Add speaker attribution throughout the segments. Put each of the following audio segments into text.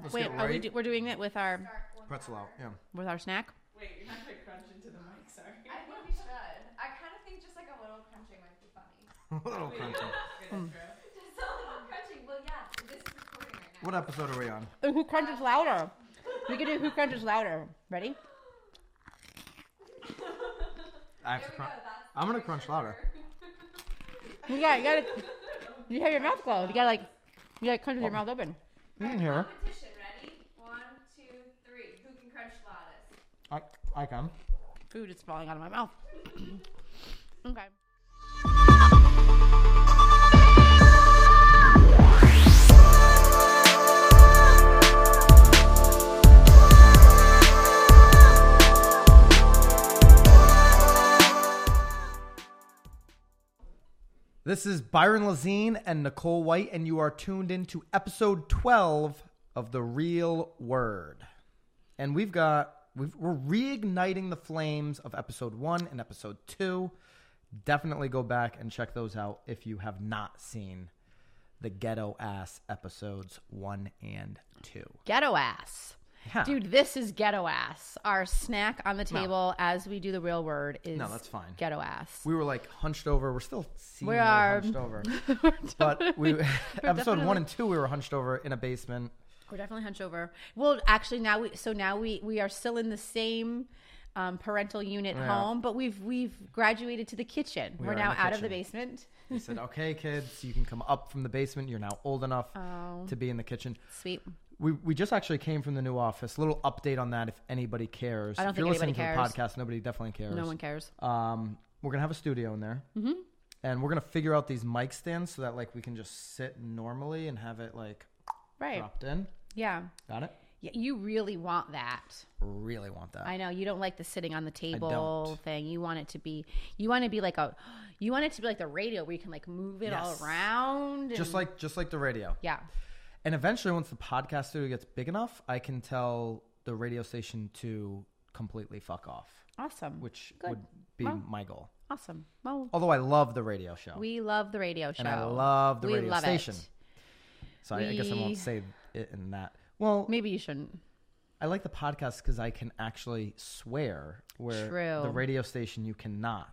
Speaker 1: Let's
Speaker 2: Wait,
Speaker 1: get
Speaker 2: are we
Speaker 1: right
Speaker 2: do, we're doing it with our
Speaker 1: pretzel out. Yeah.
Speaker 2: with our snack?
Speaker 3: Wait, you're not gonna crunch into the mic, sorry.
Speaker 4: I think we should. I kind of think just like a little crunching might be funny.
Speaker 1: a little crunchy.
Speaker 4: Just a little crunching. Well, yeah, this is recording right now.
Speaker 1: What episode are we on?
Speaker 2: And Uh, who crunches louder? We can do who crunches louder. Ready?
Speaker 1: I have
Speaker 4: There
Speaker 1: to
Speaker 4: we
Speaker 1: crunch.
Speaker 4: go. That's the
Speaker 1: I'm gonna
Speaker 4: picture
Speaker 1: crunch louder.
Speaker 2: You got you gotta you have your mouth closed. You gotta like you gotta crunch with
Speaker 1: Oh.
Speaker 2: your mouth open.
Speaker 1: You can hear.
Speaker 4: for Competition. Ready? One, two, three. Who can crunch loudest?
Speaker 1: I I come.
Speaker 2: Food is falling out of my mouth. okay.
Speaker 1: This is Byron Lazine and Nicole White, and you are tuned into episode 12 of The Real Word. And we've got, we've, we're reigniting the flames of episode one and episode two. Definitely go back and check those out if you have not seen the ghetto ass episodes one and two.
Speaker 2: Ghetto ass.
Speaker 1: Yeah.
Speaker 2: Dude, this is ghetto ass. Our snack on the table as we do the real word is
Speaker 1: No, that's fine.
Speaker 2: ghetto ass.
Speaker 1: We were like hunched over. We're still seemingly
Speaker 2: are.
Speaker 1: hunched over. But we episode
Speaker 2: definitely-
Speaker 1: one and two, we were hunched over in a basement.
Speaker 2: We're definitely hunched over. Well, actually, now we so now we we are still in the same um, parental unit
Speaker 1: Yeah.
Speaker 2: home, but we've we've graduated to the kitchen. We are
Speaker 1: are in
Speaker 2: now
Speaker 1: the
Speaker 2: out of the
Speaker 1: kitchen.
Speaker 2: basement.
Speaker 1: They said, "Okay, kids, you can come up from the basement. You're now old enough
Speaker 2: Oh.
Speaker 1: to be in the kitchen."
Speaker 2: Sweet.
Speaker 1: We we just actually came from the new office. little update on that, if anybody cares.
Speaker 2: I don't
Speaker 1: if you're
Speaker 2: think anybody
Speaker 1: listening
Speaker 2: cares.
Speaker 1: to the podcast, nobody definitely cares.
Speaker 2: No one cares.
Speaker 1: Um, we're gonna have a studio in there, mm-hmm. and we're gonna figure out these mic stands so that like we can just sit normally and have it like
Speaker 2: Right.
Speaker 1: dropped in.
Speaker 2: Yeah.
Speaker 1: Got it?
Speaker 2: yeah. You really want that.
Speaker 1: Really want that.
Speaker 2: I know you don't like the sitting on the table
Speaker 1: don't.
Speaker 2: thing. You want it to be you want it to be like a you want it to be like the radio where you can like move it all
Speaker 1: Yes.
Speaker 2: around.
Speaker 1: just
Speaker 2: and-
Speaker 1: like just like the radio.
Speaker 2: yeah.
Speaker 1: And eventually, once the podcast studio gets big enough, I can tell the radio station to completely fuck off.
Speaker 2: Awesome.
Speaker 1: which
Speaker 2: Good.
Speaker 1: would be
Speaker 2: Well-
Speaker 1: my goal.
Speaker 2: awesome. Well,
Speaker 1: Although I love the radio show,
Speaker 2: we love the radio show.
Speaker 1: Oh. and I love the
Speaker 2: we
Speaker 1: radio
Speaker 2: love
Speaker 1: station.
Speaker 2: It.
Speaker 1: So I, I guess I
Speaker 2: we-
Speaker 1: won't say it in that. Well,
Speaker 2: Maybe you shouldn't.
Speaker 1: I like the podcast because I can actually swear. Where
Speaker 2: True.
Speaker 1: the radio station, you cannot.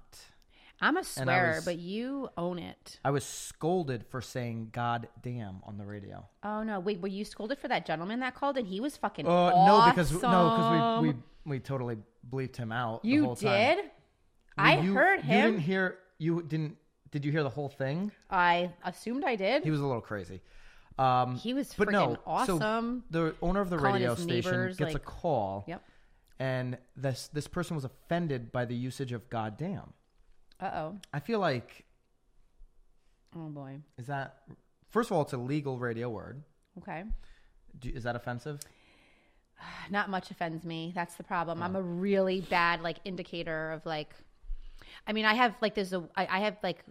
Speaker 2: I'm a
Speaker 1: And I
Speaker 2: swearer,
Speaker 1: was-
Speaker 2: but you own it.
Speaker 1: I was scolded for saying "God damn" on the radio.
Speaker 2: Oh no! Wait, were you scolded for that gentleman that called? And he was fucking.
Speaker 1: Oh
Speaker 2: awesome.
Speaker 1: no, because no, because we, we we totally bleeped him out. the
Speaker 2: you
Speaker 1: whole time.
Speaker 2: did. I
Speaker 1: You-
Speaker 2: heard
Speaker 1: You didn't
Speaker 2: him.
Speaker 1: hear. You didn't. Did you hear the whole thing?
Speaker 2: I assumed I did.
Speaker 1: He was a little crazy. Um,
Speaker 2: He was
Speaker 1: but no,
Speaker 2: freaking
Speaker 1: so
Speaker 2: awesome.
Speaker 1: the owner of the
Speaker 2: Calling
Speaker 1: radio
Speaker 2: his
Speaker 1: station
Speaker 2: neighbors,
Speaker 1: gets a
Speaker 2: like-
Speaker 1: call,
Speaker 2: Yep.
Speaker 1: and this this person was offended by the usage of "goddamn."
Speaker 2: Uh oh.
Speaker 1: I feel like
Speaker 2: Oh boy.
Speaker 1: is that first of all, it's a legal radio word.
Speaker 2: Okay.
Speaker 1: Do, is that offensive?
Speaker 2: Not much offends me. That's the
Speaker 1: Uh.
Speaker 2: problem. I'm a really bad like indicator of like. I mean, I have like there's a I, I have like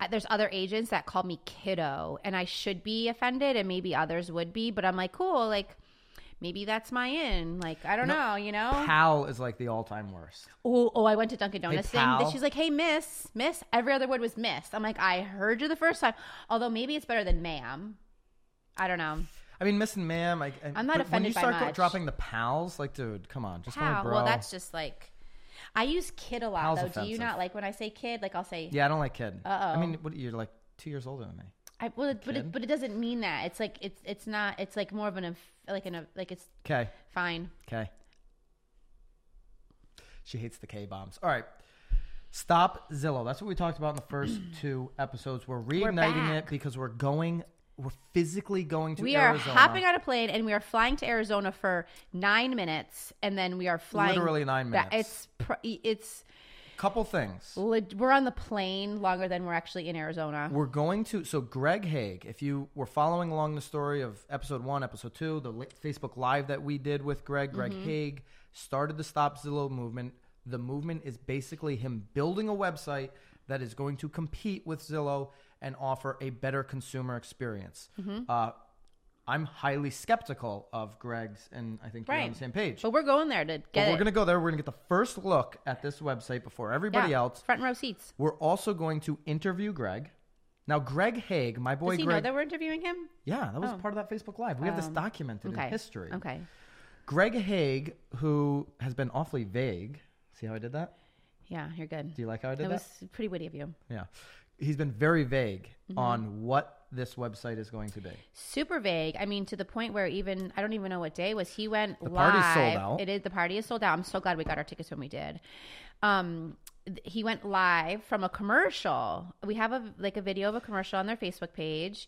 Speaker 2: I- there's other agents that call me kiddo, and I should be offended, and maybe others would be, but I'm like cool, like. Maybe that's my in. Like I don't
Speaker 1: No.
Speaker 2: know, you know.
Speaker 1: Pal is like the all time worst.
Speaker 2: Oh, oh, I went to Dunkin' Donuts thing.
Speaker 1: pal.
Speaker 2: That she's like, hey, miss, miss. Every other word was miss. I'm like, I heard you the first time. Although maybe it's better than ma'am. I don't know.
Speaker 1: I mean, Miss and Ma'am. I, I, but
Speaker 2: I'm not
Speaker 1: When you
Speaker 2: offended by
Speaker 1: start go-
Speaker 2: much.
Speaker 1: dropping the pals, like, dude, come on, just call me
Speaker 2: Pal.
Speaker 1: bro.
Speaker 2: Well, that's just like, I use kid a lot
Speaker 1: Pal's
Speaker 2: though. Do
Speaker 1: offensive.
Speaker 2: you not like when I say kid? Like I'll say,
Speaker 1: yeah, I don't like kid. I
Speaker 2: Uh-oh.
Speaker 1: mean, what, you're like two years older than me.
Speaker 2: I, well, it- but
Speaker 1: Kid?
Speaker 2: it, but it doesn't mean that. It's like it's it's not. It's like more of an of- like an of- like it's
Speaker 1: Okay.
Speaker 2: fine.
Speaker 1: Okay. She hates the K bombs. All right. Stop Zillow. That's what we talked about in the first two episodes. We're reigniting it
Speaker 2: back.
Speaker 1: because we're going, we're physically going to
Speaker 2: We
Speaker 1: Arizona.
Speaker 2: are hopping on a plane and we are flying to Arizona for nine minutes, and then we are flying
Speaker 1: Literally nine
Speaker 2: ba-
Speaker 1: minutes.
Speaker 2: It's pr- it's
Speaker 1: Couple things.
Speaker 2: lit- we're on the plane longer than we're actually in Arizona.
Speaker 1: We're going to, so Greg Haig, if you were following along the story of episode one, episode two, the li- Facebook Live that we did with Greg, Greg
Speaker 2: Mm-hmm.
Speaker 1: Haig started the Stop Zillow movement. The movement is basically him building a website that is going to compete with Zillow and offer a better consumer experience.
Speaker 2: Mm-hmm.
Speaker 1: Uh, I'm highly skeptical of Greg's, and I think you're on
Speaker 2: Right.
Speaker 1: the same page.
Speaker 2: But we're going there to
Speaker 1: But
Speaker 2: get
Speaker 1: we're
Speaker 2: it.
Speaker 1: going to go there. We're going to get the first look at this website before everybody
Speaker 2: Yeah,
Speaker 1: else.
Speaker 2: Front row seats.
Speaker 1: We're also going to interview Greg. Now, Greg Haig, my boy
Speaker 2: Does he know
Speaker 1: Greg.
Speaker 2: that we're interviewing him?
Speaker 1: yeah, that was
Speaker 2: Oh.
Speaker 1: part of that Facebook Live. We have this
Speaker 2: Um,
Speaker 1: documented
Speaker 2: Okay.
Speaker 1: in history.
Speaker 2: Okay.
Speaker 1: Greg Haig, who has been awfully vague. See how I did that?
Speaker 2: Yeah, you're good.
Speaker 1: Do you like how I did
Speaker 2: That
Speaker 1: that?
Speaker 2: was pretty witty of you.
Speaker 1: Yeah. He's been very vague
Speaker 2: Mm-hmm.
Speaker 1: on what this website is going to be.
Speaker 2: super vague. I mean, to the point where even I don't even know what day it was. He went
Speaker 1: The
Speaker 2: live.
Speaker 1: party's sold out.
Speaker 2: It is the party is sold out. I'm so glad we got our tickets when we did. Um, th- he went live from a commercial. We have a like a video of a commercial on their Facebook page.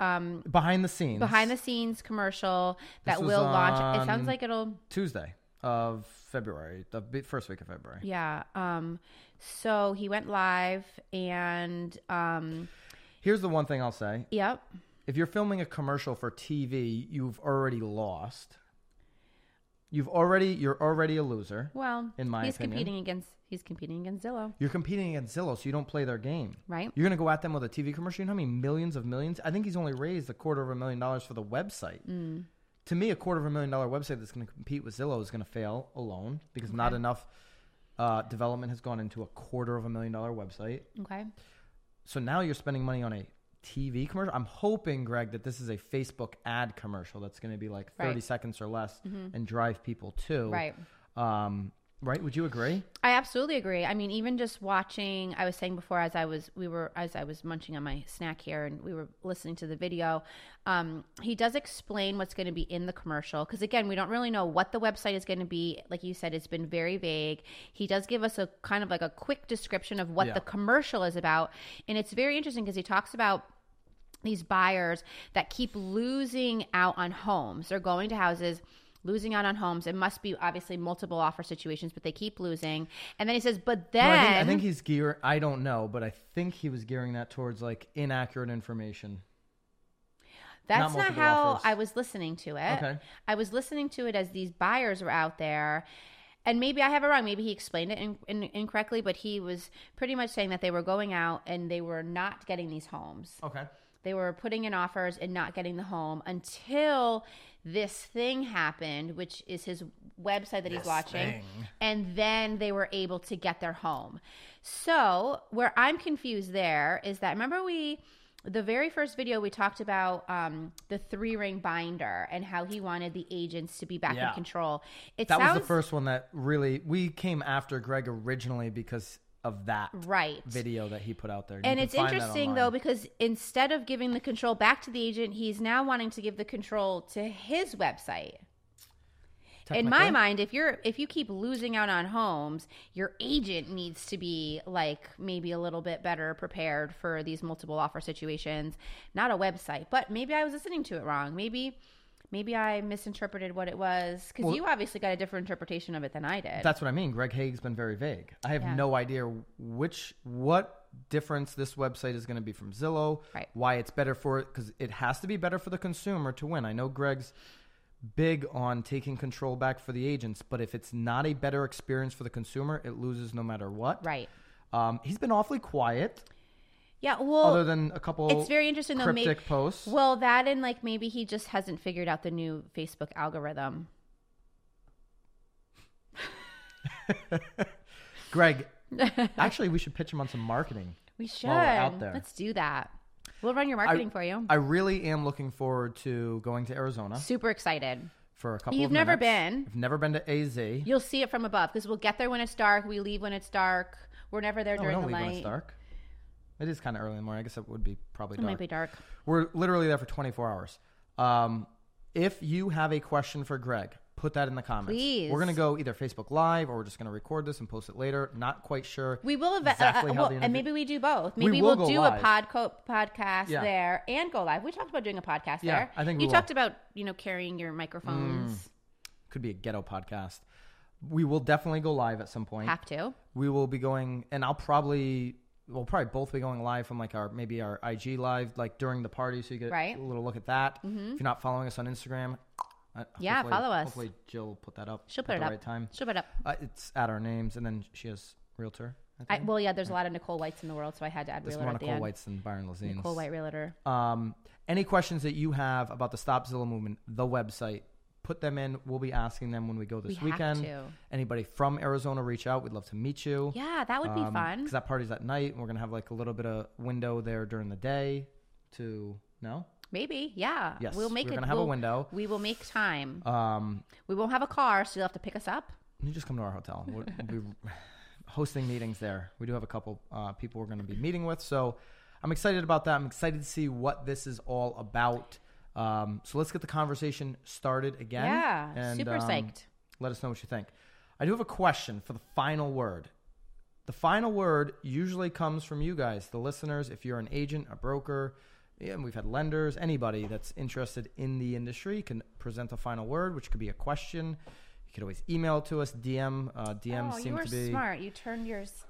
Speaker 2: Um,
Speaker 1: Behind the scenes.
Speaker 2: behind the scenes commercial that
Speaker 1: was
Speaker 2: will launch. It
Speaker 1: on-
Speaker 2: sounds like it'll
Speaker 1: Tuesday of February, the bi- first week of February.
Speaker 2: yeah. Um, so he went live and um,
Speaker 1: Here's the one thing I'll say.
Speaker 2: yep.
Speaker 1: If you're filming a commercial for TV, you've already lost. You've already you're already a loser.
Speaker 2: Well,
Speaker 1: In my
Speaker 2: he's
Speaker 1: opinion.
Speaker 2: competing against he's competing against Zillow,
Speaker 1: You're competing against Zillow, so you don't play their game.
Speaker 2: right?
Speaker 1: You're gonna go at them with a TV commercial. You know how many millions of millions? I think he's only raised a quarter of a million dollars for the website.
Speaker 2: Mm.
Speaker 1: To me, a quarter of a million dollar website that's gonna compete with Zillow is gonna fail alone because not enough uh, development has gone into a quarter of a million dollar website.
Speaker 2: Okay.
Speaker 1: So now you're spending money on a TV commercial. I'm hoping, Greg, that this is a Facebook ad commercial that's gonna be like 30
Speaker 2: Right. Mm-hmm.
Speaker 1: seconds or less and drive people to
Speaker 2: Right.
Speaker 1: Um, right? Would you agree?
Speaker 2: I absolutely agree. I mean, even just watching, I was saying before as I was we were as I was munching on my snack here and we were listening to the video, um, he does explain what's going to be in the commercial because again, we don't really know what the website is going to be. Like you said, it's been very vague. He does give us a kind of like a quick description of what
Speaker 1: Yeah.
Speaker 2: the commercial is about, and it's very interesting because he talks about these buyers that keep losing out on homes. They're going to houses, losing out on homes. It must be obviously multiple offer situations, but they keep losing. And then he says, but then
Speaker 1: Well, I, think, I think he's gear. I don't know, but I think he was gearing that towards like inaccurate information.
Speaker 2: that's
Speaker 1: not
Speaker 2: not,
Speaker 1: multiple
Speaker 2: how
Speaker 1: offers.
Speaker 2: I was listening to it.
Speaker 1: Okay.
Speaker 2: I was listening to it as these buyers were out there. And maybe I have it wrong. Maybe he explained it in, in, incorrectly, but he was pretty much saying that they were going out and they were not getting these homes.
Speaker 1: Okay.
Speaker 2: They were putting in offers and not getting the home until this thing happened, which is his website that he's watching. And then they were able to get their home. So, where I'm confused there is that remember, we, the very first video, we talked about um, the three ring binder and how he wanted the agents to be back
Speaker 1: Yeah.
Speaker 2: in control. It
Speaker 1: That
Speaker 2: sounds
Speaker 1: was the first one that really we came after Greg originally because of that
Speaker 2: right.
Speaker 1: video that he put out there. You can
Speaker 2: And it's
Speaker 1: find that
Speaker 2: interesting
Speaker 1: online.
Speaker 2: though because instead of giving the control back to the agent, he's now wanting to give the control to his website. In my
Speaker 1: Technically.
Speaker 2: mind, if you're if you keep losing out on homes, your agent needs to be like maybe a little bit better prepared for these multiple offer situations, not a website. But maybe I was listening to it wrong. Maybe maybe I misinterpreted what it was cuz
Speaker 1: Well-
Speaker 2: you obviously got a different interpretation of it than I did.
Speaker 1: that's what I mean. Greg Haig's been very vague. I have
Speaker 2: Yeah.
Speaker 1: no idea which what difference this website is going to be from Zillow.
Speaker 2: Right.
Speaker 1: Why it's better for it because it has to be better for the consumer to win. I know Greg's big on taking control back for the agents, but if it's not a better experience for the consumer, it loses no matter what.
Speaker 2: right.
Speaker 1: Um, he's been awfully quiet,
Speaker 2: Yeah, well
Speaker 1: other than a couple.
Speaker 2: it's very interesting though.
Speaker 1: cryptic
Speaker 2: Maybe
Speaker 1: posts.
Speaker 2: Well, that and like maybe he just hasn't figured out the new Facebook algorithm.
Speaker 1: Greg, actually, we should pitch him on some marketing.
Speaker 2: We should.
Speaker 1: While we're out there.
Speaker 2: Let's do that. We'll run your marketing for you.
Speaker 1: I really am looking forward to going to Arizona
Speaker 2: Super excited.
Speaker 1: for a couple.
Speaker 2: You've
Speaker 1: of
Speaker 2: never
Speaker 1: minutes.
Speaker 2: been.
Speaker 1: I've never been to AZ.
Speaker 2: You'll see it from above because we'll get there when it's dark. We leave when it's dark. We're never there
Speaker 1: No, Oh, we
Speaker 2: during
Speaker 1: don't
Speaker 2: the
Speaker 1: leave
Speaker 2: night.
Speaker 1: when it's dark. It is kind of early in the morning. I guess it would be probably
Speaker 2: It
Speaker 1: dark.
Speaker 2: might be dark.
Speaker 1: We're literally there for 24 hours. Um, if you have a question for Greg, put that in the comments.
Speaker 2: Please.
Speaker 1: We're gonna go either Facebook Live or we're just gonna record this and post it later. Not quite sure.
Speaker 2: We will eva-
Speaker 1: Exactly
Speaker 2: uh,
Speaker 1: how
Speaker 2: uh, well,
Speaker 1: the
Speaker 2: and
Speaker 1: interview-
Speaker 2: maybe we do both.
Speaker 1: We
Speaker 2: Maybe
Speaker 1: will
Speaker 2: will
Speaker 1: go
Speaker 2: do
Speaker 1: live.
Speaker 2: a podco- podcast
Speaker 1: Yeah.
Speaker 2: there and go live. We talked about doing a podcast
Speaker 1: Yeah,
Speaker 2: there.
Speaker 1: I think we
Speaker 2: you
Speaker 1: will. Mm.
Speaker 2: talked about you know carrying your microphones.
Speaker 1: Could be a ghetto podcast. We will definitely go live at some point.
Speaker 2: Have to.
Speaker 1: we will be going and i'll probably we'll probably both be going live from like our maybe our ig live like during the party so you get
Speaker 2: Right. Mm-hmm.
Speaker 1: a little look at that if you're not following us on instagram uh,
Speaker 2: Yeah,
Speaker 1: hopefully-
Speaker 2: follow us.
Speaker 1: hopefully jill put that up
Speaker 2: She'll
Speaker 1: at
Speaker 2: put it
Speaker 1: the
Speaker 2: up.
Speaker 1: right time
Speaker 2: She'll put it up.
Speaker 1: uh, it's at our names and then she has realtor i
Speaker 2: I,
Speaker 1: think
Speaker 2: well, yeah, there's a lot of Nicole Whites in the world, so I had to add
Speaker 1: this
Speaker 2: realtor
Speaker 1: one
Speaker 2: at the
Speaker 1: nicole
Speaker 2: end.
Speaker 1: white's Oh. and byron lazine
Speaker 2: Nicole White realtor.
Speaker 1: um any questions that you have about the stop zilla movement the website put them in. We'll be asking them when we go this
Speaker 2: We have
Speaker 1: weekend.
Speaker 2: to.
Speaker 1: Anybody from Arizona, reach out. We'd love to meet you.
Speaker 2: Yeah, that would be fun.
Speaker 1: Because Um, that party's at night, and we're gonna have like a little bit of window there during the day to no.
Speaker 2: Maybe. Yeah.
Speaker 1: Yes,
Speaker 2: We'll make
Speaker 1: we're
Speaker 2: it.
Speaker 1: gonna have a
Speaker 2: we'll-
Speaker 1: window.
Speaker 2: We will make time.
Speaker 1: Um,
Speaker 2: we won't have a car, so you'll have to pick us up.
Speaker 1: you just come to our hotel. We'll, we'll be hosting meetings there. We do have a couple uh, people we're gonna be meeting with, so I'm excited about that. I'm excited to see what this is all about. Um, so let's get the conversation started again.
Speaker 2: Yeah, super
Speaker 1: um,
Speaker 2: psyched.
Speaker 1: Let us know what you think. I do have a question for the final word. The final word usually comes from you guys, the listeners. If you're an agent, a broker, yeah, and we've had lenders, anybody that's interested in the industry can present a final word, which could be a question. You could always email it to us. DM, uh, DMs
Speaker 2: oh, you
Speaker 1: seem
Speaker 2: were
Speaker 1: to be.
Speaker 2: smart. You turned yours.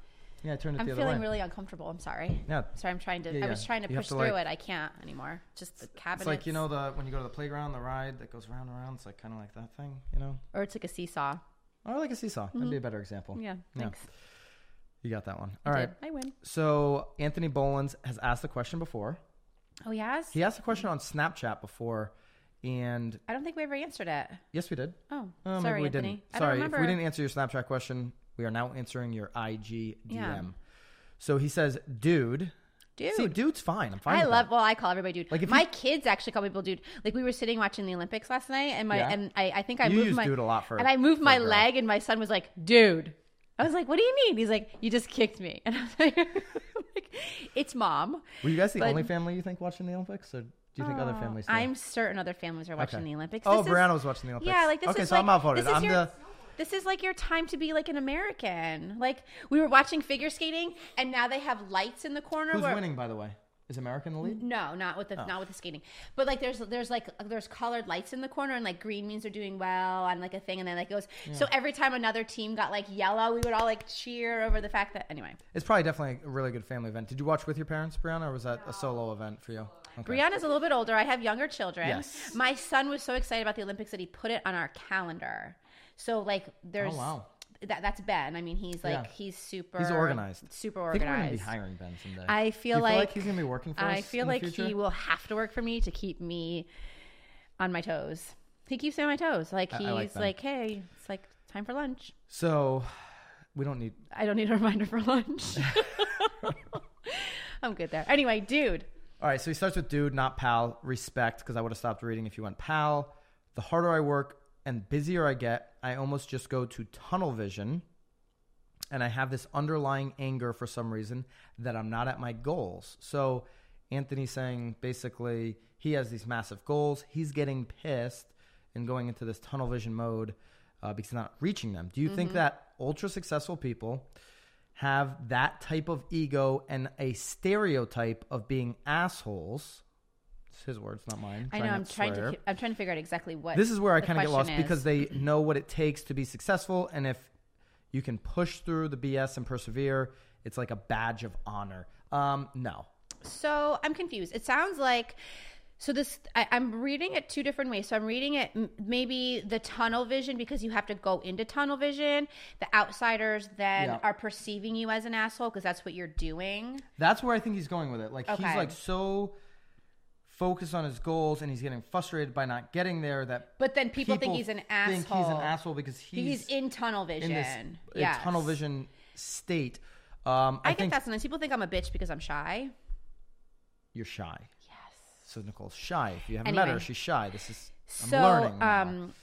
Speaker 1: Yeah, I turned it
Speaker 2: I'm
Speaker 1: the
Speaker 2: feeling
Speaker 1: other way.
Speaker 2: really uncomfortable. I'm sorry.
Speaker 1: yeah,
Speaker 2: Sorry, I'm trying to.
Speaker 1: Yeah,
Speaker 2: I was
Speaker 1: yeah.
Speaker 2: trying to
Speaker 1: You have
Speaker 2: push
Speaker 1: to,
Speaker 2: through
Speaker 1: like-
Speaker 2: it. I can't anymore. Just the cabinet.
Speaker 1: it's like you know the when you go to the playground, the ride that goes round and round. It's like kind of like that thing, you know,
Speaker 2: or it's like a seesaw.
Speaker 1: or like a seesaw. That'd be a better example.
Speaker 2: Mm-hmm. Yeah.
Speaker 1: Oh, Yeah.
Speaker 2: Thanks.
Speaker 1: You got that one. All right.
Speaker 2: Did. I win.
Speaker 1: So Anthony Bolins has asked the question before.
Speaker 2: Oh yes.
Speaker 1: He asked a question on Snapchat before, and
Speaker 2: I don't think we ever answered it.
Speaker 1: yes, we did.
Speaker 2: Oh,
Speaker 1: Uh, maybe
Speaker 2: sorry,
Speaker 1: we
Speaker 2: Anthony.
Speaker 1: didn't.
Speaker 2: I don't
Speaker 1: Sorry,
Speaker 2: remember.
Speaker 1: if we didn't answer your Snapchat question, we are now answering your IG DM.
Speaker 2: Yeah.
Speaker 1: So he says, "Dude,
Speaker 2: Dude.
Speaker 1: e-, see, dude's fine. I'm fine.
Speaker 2: I
Speaker 1: with
Speaker 2: love.
Speaker 1: that.
Speaker 2: Well, I call everybody dude.
Speaker 1: Like, if
Speaker 2: my
Speaker 1: you-
Speaker 2: kids actually call people dude. Like we were sitting watching the Olympics last night, and my
Speaker 1: Yeah.
Speaker 2: and I, I think I
Speaker 1: You
Speaker 2: moved
Speaker 1: use
Speaker 2: my
Speaker 1: dude a lot for-
Speaker 2: and I moved
Speaker 1: for
Speaker 2: my
Speaker 1: a girl.
Speaker 2: leg, and my son was like, dude. I was like, what do you mean? He's like, you just kicked me, and I was like, like, it's mom.
Speaker 1: Were you guys the
Speaker 2: But-
Speaker 1: only family you think watching the Olympics, or do you think other
Speaker 2: Oh,
Speaker 1: families? did?
Speaker 2: I'm certain other families are watching
Speaker 1: Okay.
Speaker 2: the Olympics.
Speaker 1: Oh,
Speaker 2: This is-
Speaker 1: Brianna was watching the Olympics.
Speaker 2: Yeah, like this
Speaker 1: okay,
Speaker 2: is
Speaker 1: so
Speaker 2: like,
Speaker 1: I'm outvoted.
Speaker 2: This is
Speaker 1: I'm
Speaker 2: your,
Speaker 1: the
Speaker 2: This is like your time to be like an American. Like we were watching figure skating, and now they have lights in the corner.
Speaker 1: who's
Speaker 2: where,
Speaker 1: winning, Oh. by the way. Is America in the lead?
Speaker 2: No, not with the not with the skating. But like there's there's like there's colored lights in the corner and like green means they're doing well on like a thing and then like it goes so every time another team got like yellow, we would all like cheer over the fact that anyway.
Speaker 1: It's probably definitely a really good family event. Did you watch with your parents, Brianna, or was that a solo event for you? Okay.
Speaker 2: Brianna's a little bit older. I have younger children.
Speaker 1: Yes.
Speaker 2: My son was so excited about the Olympics that he put it on our calendar. So like there's
Speaker 1: Oh, wow.
Speaker 2: that that's Ben. I mean he's like
Speaker 1: Yeah.
Speaker 2: he's super
Speaker 1: He's organized.
Speaker 2: Super
Speaker 1: I think we're gonna be
Speaker 2: organized.
Speaker 1: hiring Ben someday.
Speaker 2: I
Speaker 1: Do
Speaker 2: feel
Speaker 1: you
Speaker 2: like,
Speaker 1: feel like he's gonna be working for us
Speaker 2: I
Speaker 1: in
Speaker 2: feel
Speaker 1: the
Speaker 2: like
Speaker 1: future?
Speaker 2: he will have to work for me to keep me on my toes. He keeps me on my toes. Like
Speaker 1: I-
Speaker 2: he's
Speaker 1: I like
Speaker 2: like,
Speaker 1: that.
Speaker 2: hey, it's like time for lunch.
Speaker 1: So we don't need.
Speaker 2: I don't need a reminder for lunch. I'm good there. Anyway, dude.
Speaker 1: All right. So he starts with dude, not pal. Respect, because I would have stopped reading if you went pal. The harder I work and busier I get, I almost just go to tunnel vision, and I have this underlying anger for some reason that I'm not at my goals. So Anthony's saying basically he has these massive goals. He's getting pissed and going into this tunnel vision mode uh, because he's not reaching them. Do you
Speaker 2: Mm-hmm.
Speaker 1: think that ultra successful people? have that type of ego and a stereotype of being assholes. It's his words, not mine.
Speaker 2: I know I'm trying to I'm trying to figure out exactly what
Speaker 1: This is where I
Speaker 2: the
Speaker 1: kind of get lost
Speaker 2: question is.
Speaker 1: because they know what it takes to be successful, and if you can push through the BS and persevere, it's like a badge of honor. Um, no,
Speaker 2: So I'm confused. It sounds like so this I, I'm reading it two different ways. So I'm reading it m- maybe the tunnel vision because you have to go into tunnel vision. The outsiders then
Speaker 1: Yeah.
Speaker 2: are perceiving you as an asshole because that's what you're doing.
Speaker 1: That's where I think he's going with it. Like he's
Speaker 2: Okay.
Speaker 1: like so focused on his goals, and he's getting frustrated by not getting there. That
Speaker 2: But then people, think he's an asshole.
Speaker 1: Think he's an asshole because he's,
Speaker 2: He's, in tunnel vision.
Speaker 1: in this uh,
Speaker 2: Yes.
Speaker 1: tunnel vision state. Um, I,
Speaker 2: I,
Speaker 1: think
Speaker 2: get that sometimes. People think I'm a bitch because I'm shy.
Speaker 1: you're shy. Yes. So Nicole's shy. If you haven't met her,
Speaker 2: Anyway.
Speaker 1: she's shy. This is I'm
Speaker 2: so
Speaker 1: learning. now.
Speaker 2: um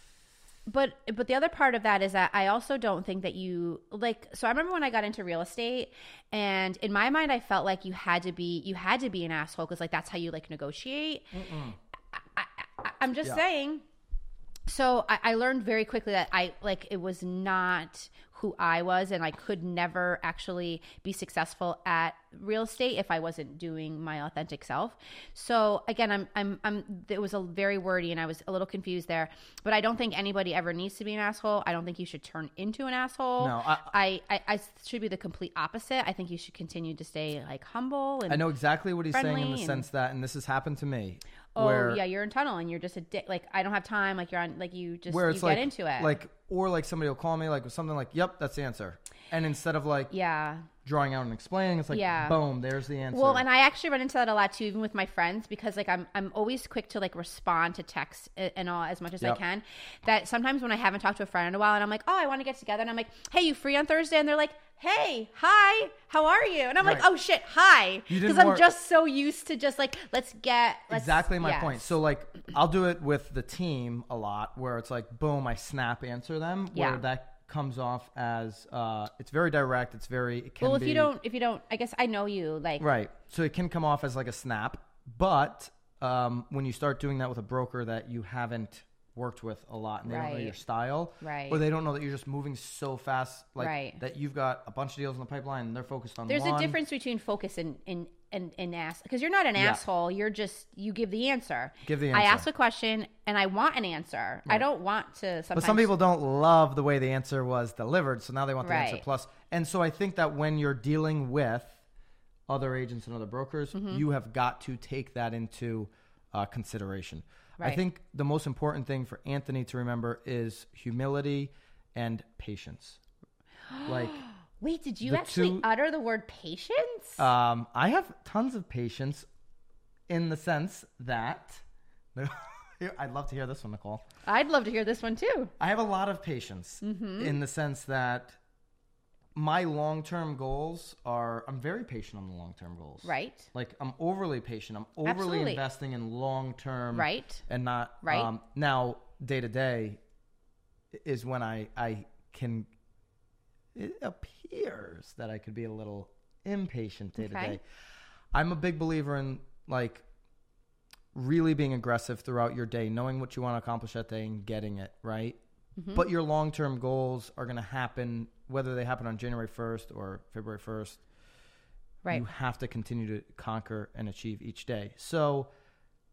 Speaker 2: but but the other part of that is that i also don't think that you like so i remember when i got into real estate and in my mind i felt like you had to be you had to be an asshole because like that's how you like negotiate I, I, i'm just
Speaker 1: Yeah.
Speaker 2: saying so I, I learned very quickly that i like it was not who i was and i could never actually be successful at real estate if i wasn't doing my authentic self so again i'm i'm i'm it was a very wordy and i was a little confused there but i don't think anybody ever needs to be an asshole i don't think you should turn into an asshole
Speaker 1: No, I-
Speaker 2: i i, I should be the complete opposite i think you should continue to stay like humble and
Speaker 1: I know exactly what he's saying in the
Speaker 2: friendly and-
Speaker 1: sense that, and this has happened to me.
Speaker 2: oh
Speaker 1: where,
Speaker 2: yeah you're in tunnel and you're just a dick like i don't have time like you're on like you just
Speaker 1: where
Speaker 2: you
Speaker 1: it's
Speaker 2: get
Speaker 1: like
Speaker 2: into it
Speaker 1: like or like somebody will call me like with something like, "Yep, that's the answer." And instead of like
Speaker 2: Yeah.
Speaker 1: drawing out and explaining, it's like
Speaker 2: Yeah.
Speaker 1: boom, there's the answer.
Speaker 2: Well, and I actually run into that a lot too, even with my friends, because like I'm I'm always quick to like respond to texts a- and all as much as
Speaker 1: Yep.
Speaker 2: I can. That sometimes when I haven't talked to a friend in a while, and I'm like, oh, I want to get together, and I'm like, hey, you free on Thursday? And they're like, hey, hi, how are you? And I'm like,
Speaker 1: Right.
Speaker 2: oh shit, hi,
Speaker 1: You didn't
Speaker 2: because I'm
Speaker 1: work-
Speaker 2: just so used to just like let's get let's,
Speaker 1: exactly my
Speaker 2: yes.
Speaker 1: point. So like I'll do it with the team a lot where it's like boom, I snap answer them where
Speaker 2: Yeah.
Speaker 1: that comes off as uh it's very direct, it's very it can
Speaker 2: well, if
Speaker 1: be-
Speaker 2: you don't, if you don't, I guess I know you like
Speaker 1: Right. So it can come off as like a snap, but um, when you start doing that with a broker that you haven't worked with a lot and they don't know
Speaker 2: Right.
Speaker 1: your style,
Speaker 2: Right.
Speaker 1: or they don't know that you're just moving so fast, like
Speaker 2: Right.
Speaker 1: that you've got a bunch of deals in the pipeline and they're focused on
Speaker 2: There's
Speaker 1: one.
Speaker 2: a difference between focus and and and, and ask because you're not an asshole. You're just you give the answer.
Speaker 1: Give the
Speaker 2: I
Speaker 1: answer.
Speaker 2: ask a question and I want an answer. I don't want to. Sometimes,
Speaker 1: But some people don't love the way the answer was delivered, so now they want the answer
Speaker 2: Right.
Speaker 1: plus. And so I think that when you're dealing with other agents and other brokers,
Speaker 2: Mm-hmm.
Speaker 1: you have got to take that into uh, consideration. I
Speaker 2: Right.
Speaker 1: think the most important thing for Anthony to remember is humility and patience. Like,
Speaker 2: Wait, did you
Speaker 1: the
Speaker 2: actually
Speaker 1: two-
Speaker 2: utter the word patience?
Speaker 1: um, I have tons of patience in the sense that I'd love to hear this one, Nicole.
Speaker 2: I'd love to hear this one too.
Speaker 1: I have a lot of patience
Speaker 2: Mm-hmm.
Speaker 1: in the sense that my long term goals are, I'm very patient on the long term goals.
Speaker 2: Right.
Speaker 1: Like, I'm overly patient. I'm overly
Speaker 2: Absolutely.
Speaker 1: investing in long term.
Speaker 2: Right.
Speaker 1: And not, um,
Speaker 2: Right.
Speaker 1: now, day to day is when I, I can, it appears that I could be a little impatient day to
Speaker 2: Okay.
Speaker 1: day. I'm a big believer in like really being aggressive throughout your day, knowing what you want to accomplish that day and getting it right.
Speaker 2: Mm-hmm.
Speaker 1: But your long term goals are going to happen whether they happen on January 1st or February 1st.
Speaker 2: Right.
Speaker 1: You have to continue to conquer and achieve each day. So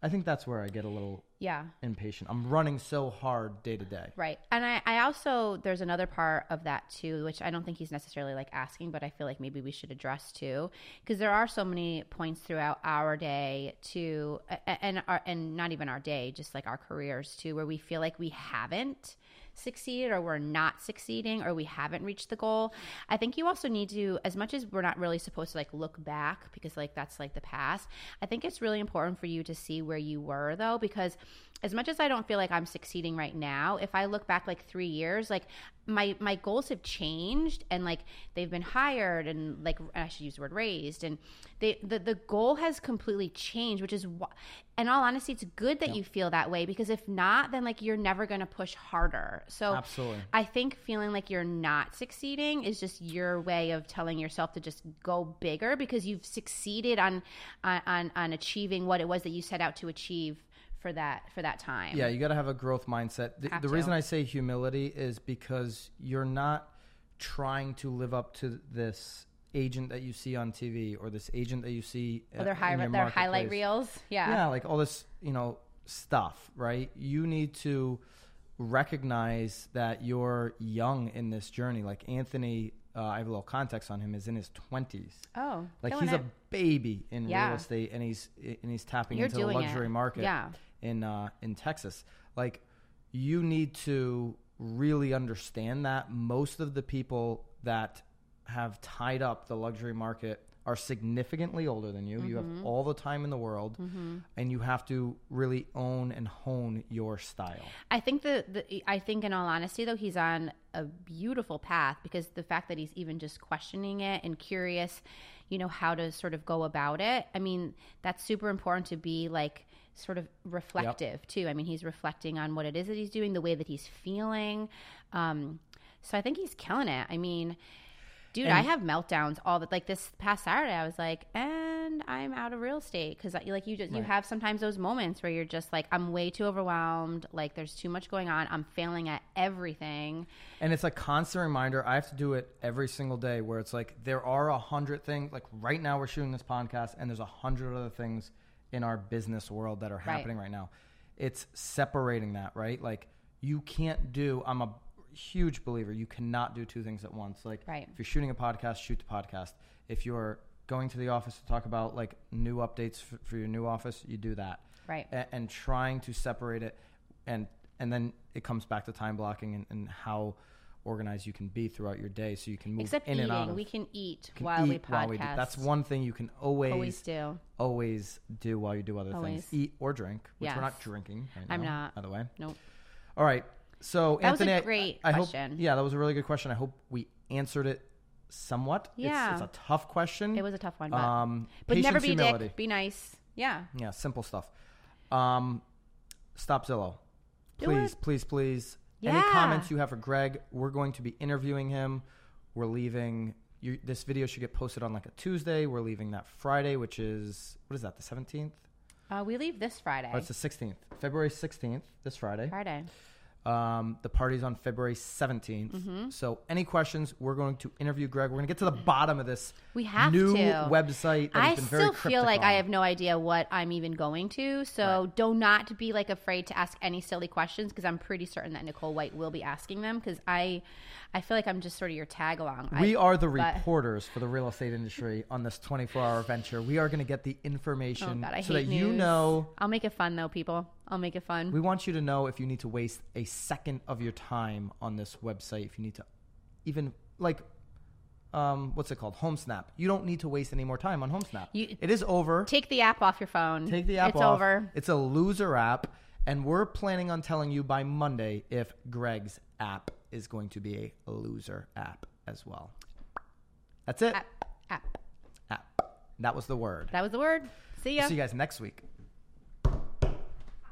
Speaker 1: I think that's where I get a little
Speaker 2: Yeah.
Speaker 1: impatient. I'm running so hard day to day.
Speaker 2: Right. And I, I also, there's another part of that too, which I don't think he's necessarily like asking, but I feel like maybe we should address too, because there are so many points throughout our day to, a- a- and our, and not even our day, just like our careers too, where we feel like we haven't succeeded or we're not succeeding or we haven't reached the goal. I think you also need to, as much as we're not really supposed to like look back because like that's like the past, I think it's really important for you to see where you were though, because as much as I don't feel like I'm succeeding right now, if I look back like three years, like my my goals have changed and like they've been hired and like and I should use the word raised and they the, the goal has completely changed, which is wh- in all honesty, it's good that you feel that way because if not, then like you're never gonna push harder. So
Speaker 1: Absolutely.
Speaker 2: I think feeling like you're not succeeding is just your way of telling yourself to just go bigger because you've succeeded on on on, on achieving what it was that you set out to achieve for that for that time.
Speaker 1: Yeah, you got to have a growth mindset. The,
Speaker 2: Have
Speaker 1: the reason
Speaker 2: to.
Speaker 1: I say humility is because you're not trying to live up to this agent that you see on TV or this agent that you see
Speaker 2: Or their,
Speaker 1: uh,
Speaker 2: high,
Speaker 1: in your
Speaker 2: their highlight
Speaker 1: marketplace.
Speaker 2: reels. Yeah.
Speaker 1: Yeah, like all this, you know, stuff, right? You need to recognize that you're young in this journey. Like Anthony, uh, I have a little context on him, is in his 20s.
Speaker 2: Oh,
Speaker 1: Like
Speaker 2: killing
Speaker 1: he's
Speaker 2: it.
Speaker 1: a baby in
Speaker 2: Yeah.
Speaker 1: real estate, and he's and he's tapping
Speaker 2: You're
Speaker 1: into the
Speaker 2: doing it.
Speaker 1: luxury market
Speaker 2: Yeah.
Speaker 1: in uh, in Texas. Like you need to really understand that most of the people that have tied up the luxury market are significantly older than you. You
Speaker 2: Mm-hmm.
Speaker 1: have all the time in the world, and you have to really own and hone your style.
Speaker 2: I think the, the I think in all honesty though he's on a beautiful path because the fact that he's even just questioning it and curious, you know how to sort of go about it. I mean that's super important to be like sort of reflective too. I mean he's reflecting on what it is that he's doing, the way that he's feeling. Um, so I think he's killing it. I mean. Dude, I have meltdowns all the like this past Saturday. I was like, and I'm out of real estate because like you just you have sometimes those moments where you're just like, I'm way too overwhelmed. Like there's too much going on. I'm failing at everything.
Speaker 1: And it's a constant reminder. I have to do it every single day where it's like there are a hundred things. Like right now, we're shooting this podcast, and there's a hundred other things in our business world that are happening right. now. It's separating that, right? Like you can't do, I'm a huge believer, you cannot do two things at once. Like
Speaker 2: Right.
Speaker 1: if you're shooting a podcast, shoot the podcast. If you're going to the office to talk about like new updates f- for your new office, you do that
Speaker 2: Right.
Speaker 1: a- and trying to separate it and and then it comes back to time blocking and, and how organized you can be throughout your day, so you can move
Speaker 2: Except
Speaker 1: in and out.
Speaker 2: eating,
Speaker 1: Of,
Speaker 2: we can eat
Speaker 1: can
Speaker 2: while we
Speaker 1: eat
Speaker 2: podcast.
Speaker 1: while do- That's one Mm-hmm. thing you can always
Speaker 2: always do.
Speaker 1: always do while you do other
Speaker 2: Always.
Speaker 1: things, eat or drink, which we're not
Speaker 2: Yes.
Speaker 1: drinking. Right
Speaker 2: I'm
Speaker 1: now,
Speaker 2: not.
Speaker 1: by the way.
Speaker 2: Nope.
Speaker 1: All right. So
Speaker 2: That was a
Speaker 1: Anthony, I-
Speaker 2: great
Speaker 1: I, hope-
Speaker 2: question.
Speaker 1: yeah, that was a really good question. I hope we answered it somewhat. It's-
Speaker 2: Yeah.
Speaker 1: it's, a tough question.
Speaker 2: It was a tough one, but,
Speaker 1: um,
Speaker 2: but never
Speaker 1: patience,
Speaker 2: be a
Speaker 1: humility.
Speaker 2: dick. Be nice. Yeah.
Speaker 1: Yeah, simple stuff. Um, stop Zillow.
Speaker 2: Do
Speaker 1: Please, please, please. Any
Speaker 2: Yeah.
Speaker 1: comments you have for Greg? We're going to be interviewing him. We're leaving. You, this video should get posted on like a Tuesday. We're leaving that Friday, which is what is that? The seventeenth?
Speaker 2: Uh, we leave this Friday.
Speaker 1: Oh, it's the sixteenth. February sixteenth. This Friday.
Speaker 2: Friday.
Speaker 1: Um, the party's on February 17th.
Speaker 2: Mm-hmm.
Speaker 1: So, any questions? We're going to interview Greg. We're going to get to the bottom of this
Speaker 2: We have
Speaker 1: new
Speaker 2: to.
Speaker 1: website. that he's
Speaker 2: I
Speaker 1: been very
Speaker 2: still
Speaker 1: cryptic
Speaker 2: feel like I
Speaker 1: on.
Speaker 2: have no idea what I'm even going to, so do not be like afraid to ask any silly questions because I'm pretty certain that Nicole White will be asking them because I, I feel like I'm just sort of your tag along.
Speaker 1: We
Speaker 2: I, Oh,
Speaker 1: are the
Speaker 2: but-
Speaker 1: reporters for the real estate industry on this 24 hour venture. We are going to get the
Speaker 2: oh
Speaker 1: information
Speaker 2: God, I
Speaker 1: so that
Speaker 2: hate
Speaker 1: you
Speaker 2: news.
Speaker 1: know.
Speaker 2: I'll make it fun though, people. I'll make it fun.
Speaker 1: We want you to know if you need to waste a second of your time on this website, if you need to even, like, um, what's it called? HomeSnap. You don't need to waste any more time on HomeSnap.
Speaker 2: You-
Speaker 1: it is over.
Speaker 2: Take the app off your phone.
Speaker 1: Take the app
Speaker 2: it's
Speaker 1: off.
Speaker 2: over.
Speaker 1: It's a loser app, and we're planning on telling you by Monday if Greg's app is going to be a loser app as well. That's it.
Speaker 2: App. App.
Speaker 1: App. That was the word.
Speaker 2: That was the word. See ya.
Speaker 1: See you guys next week.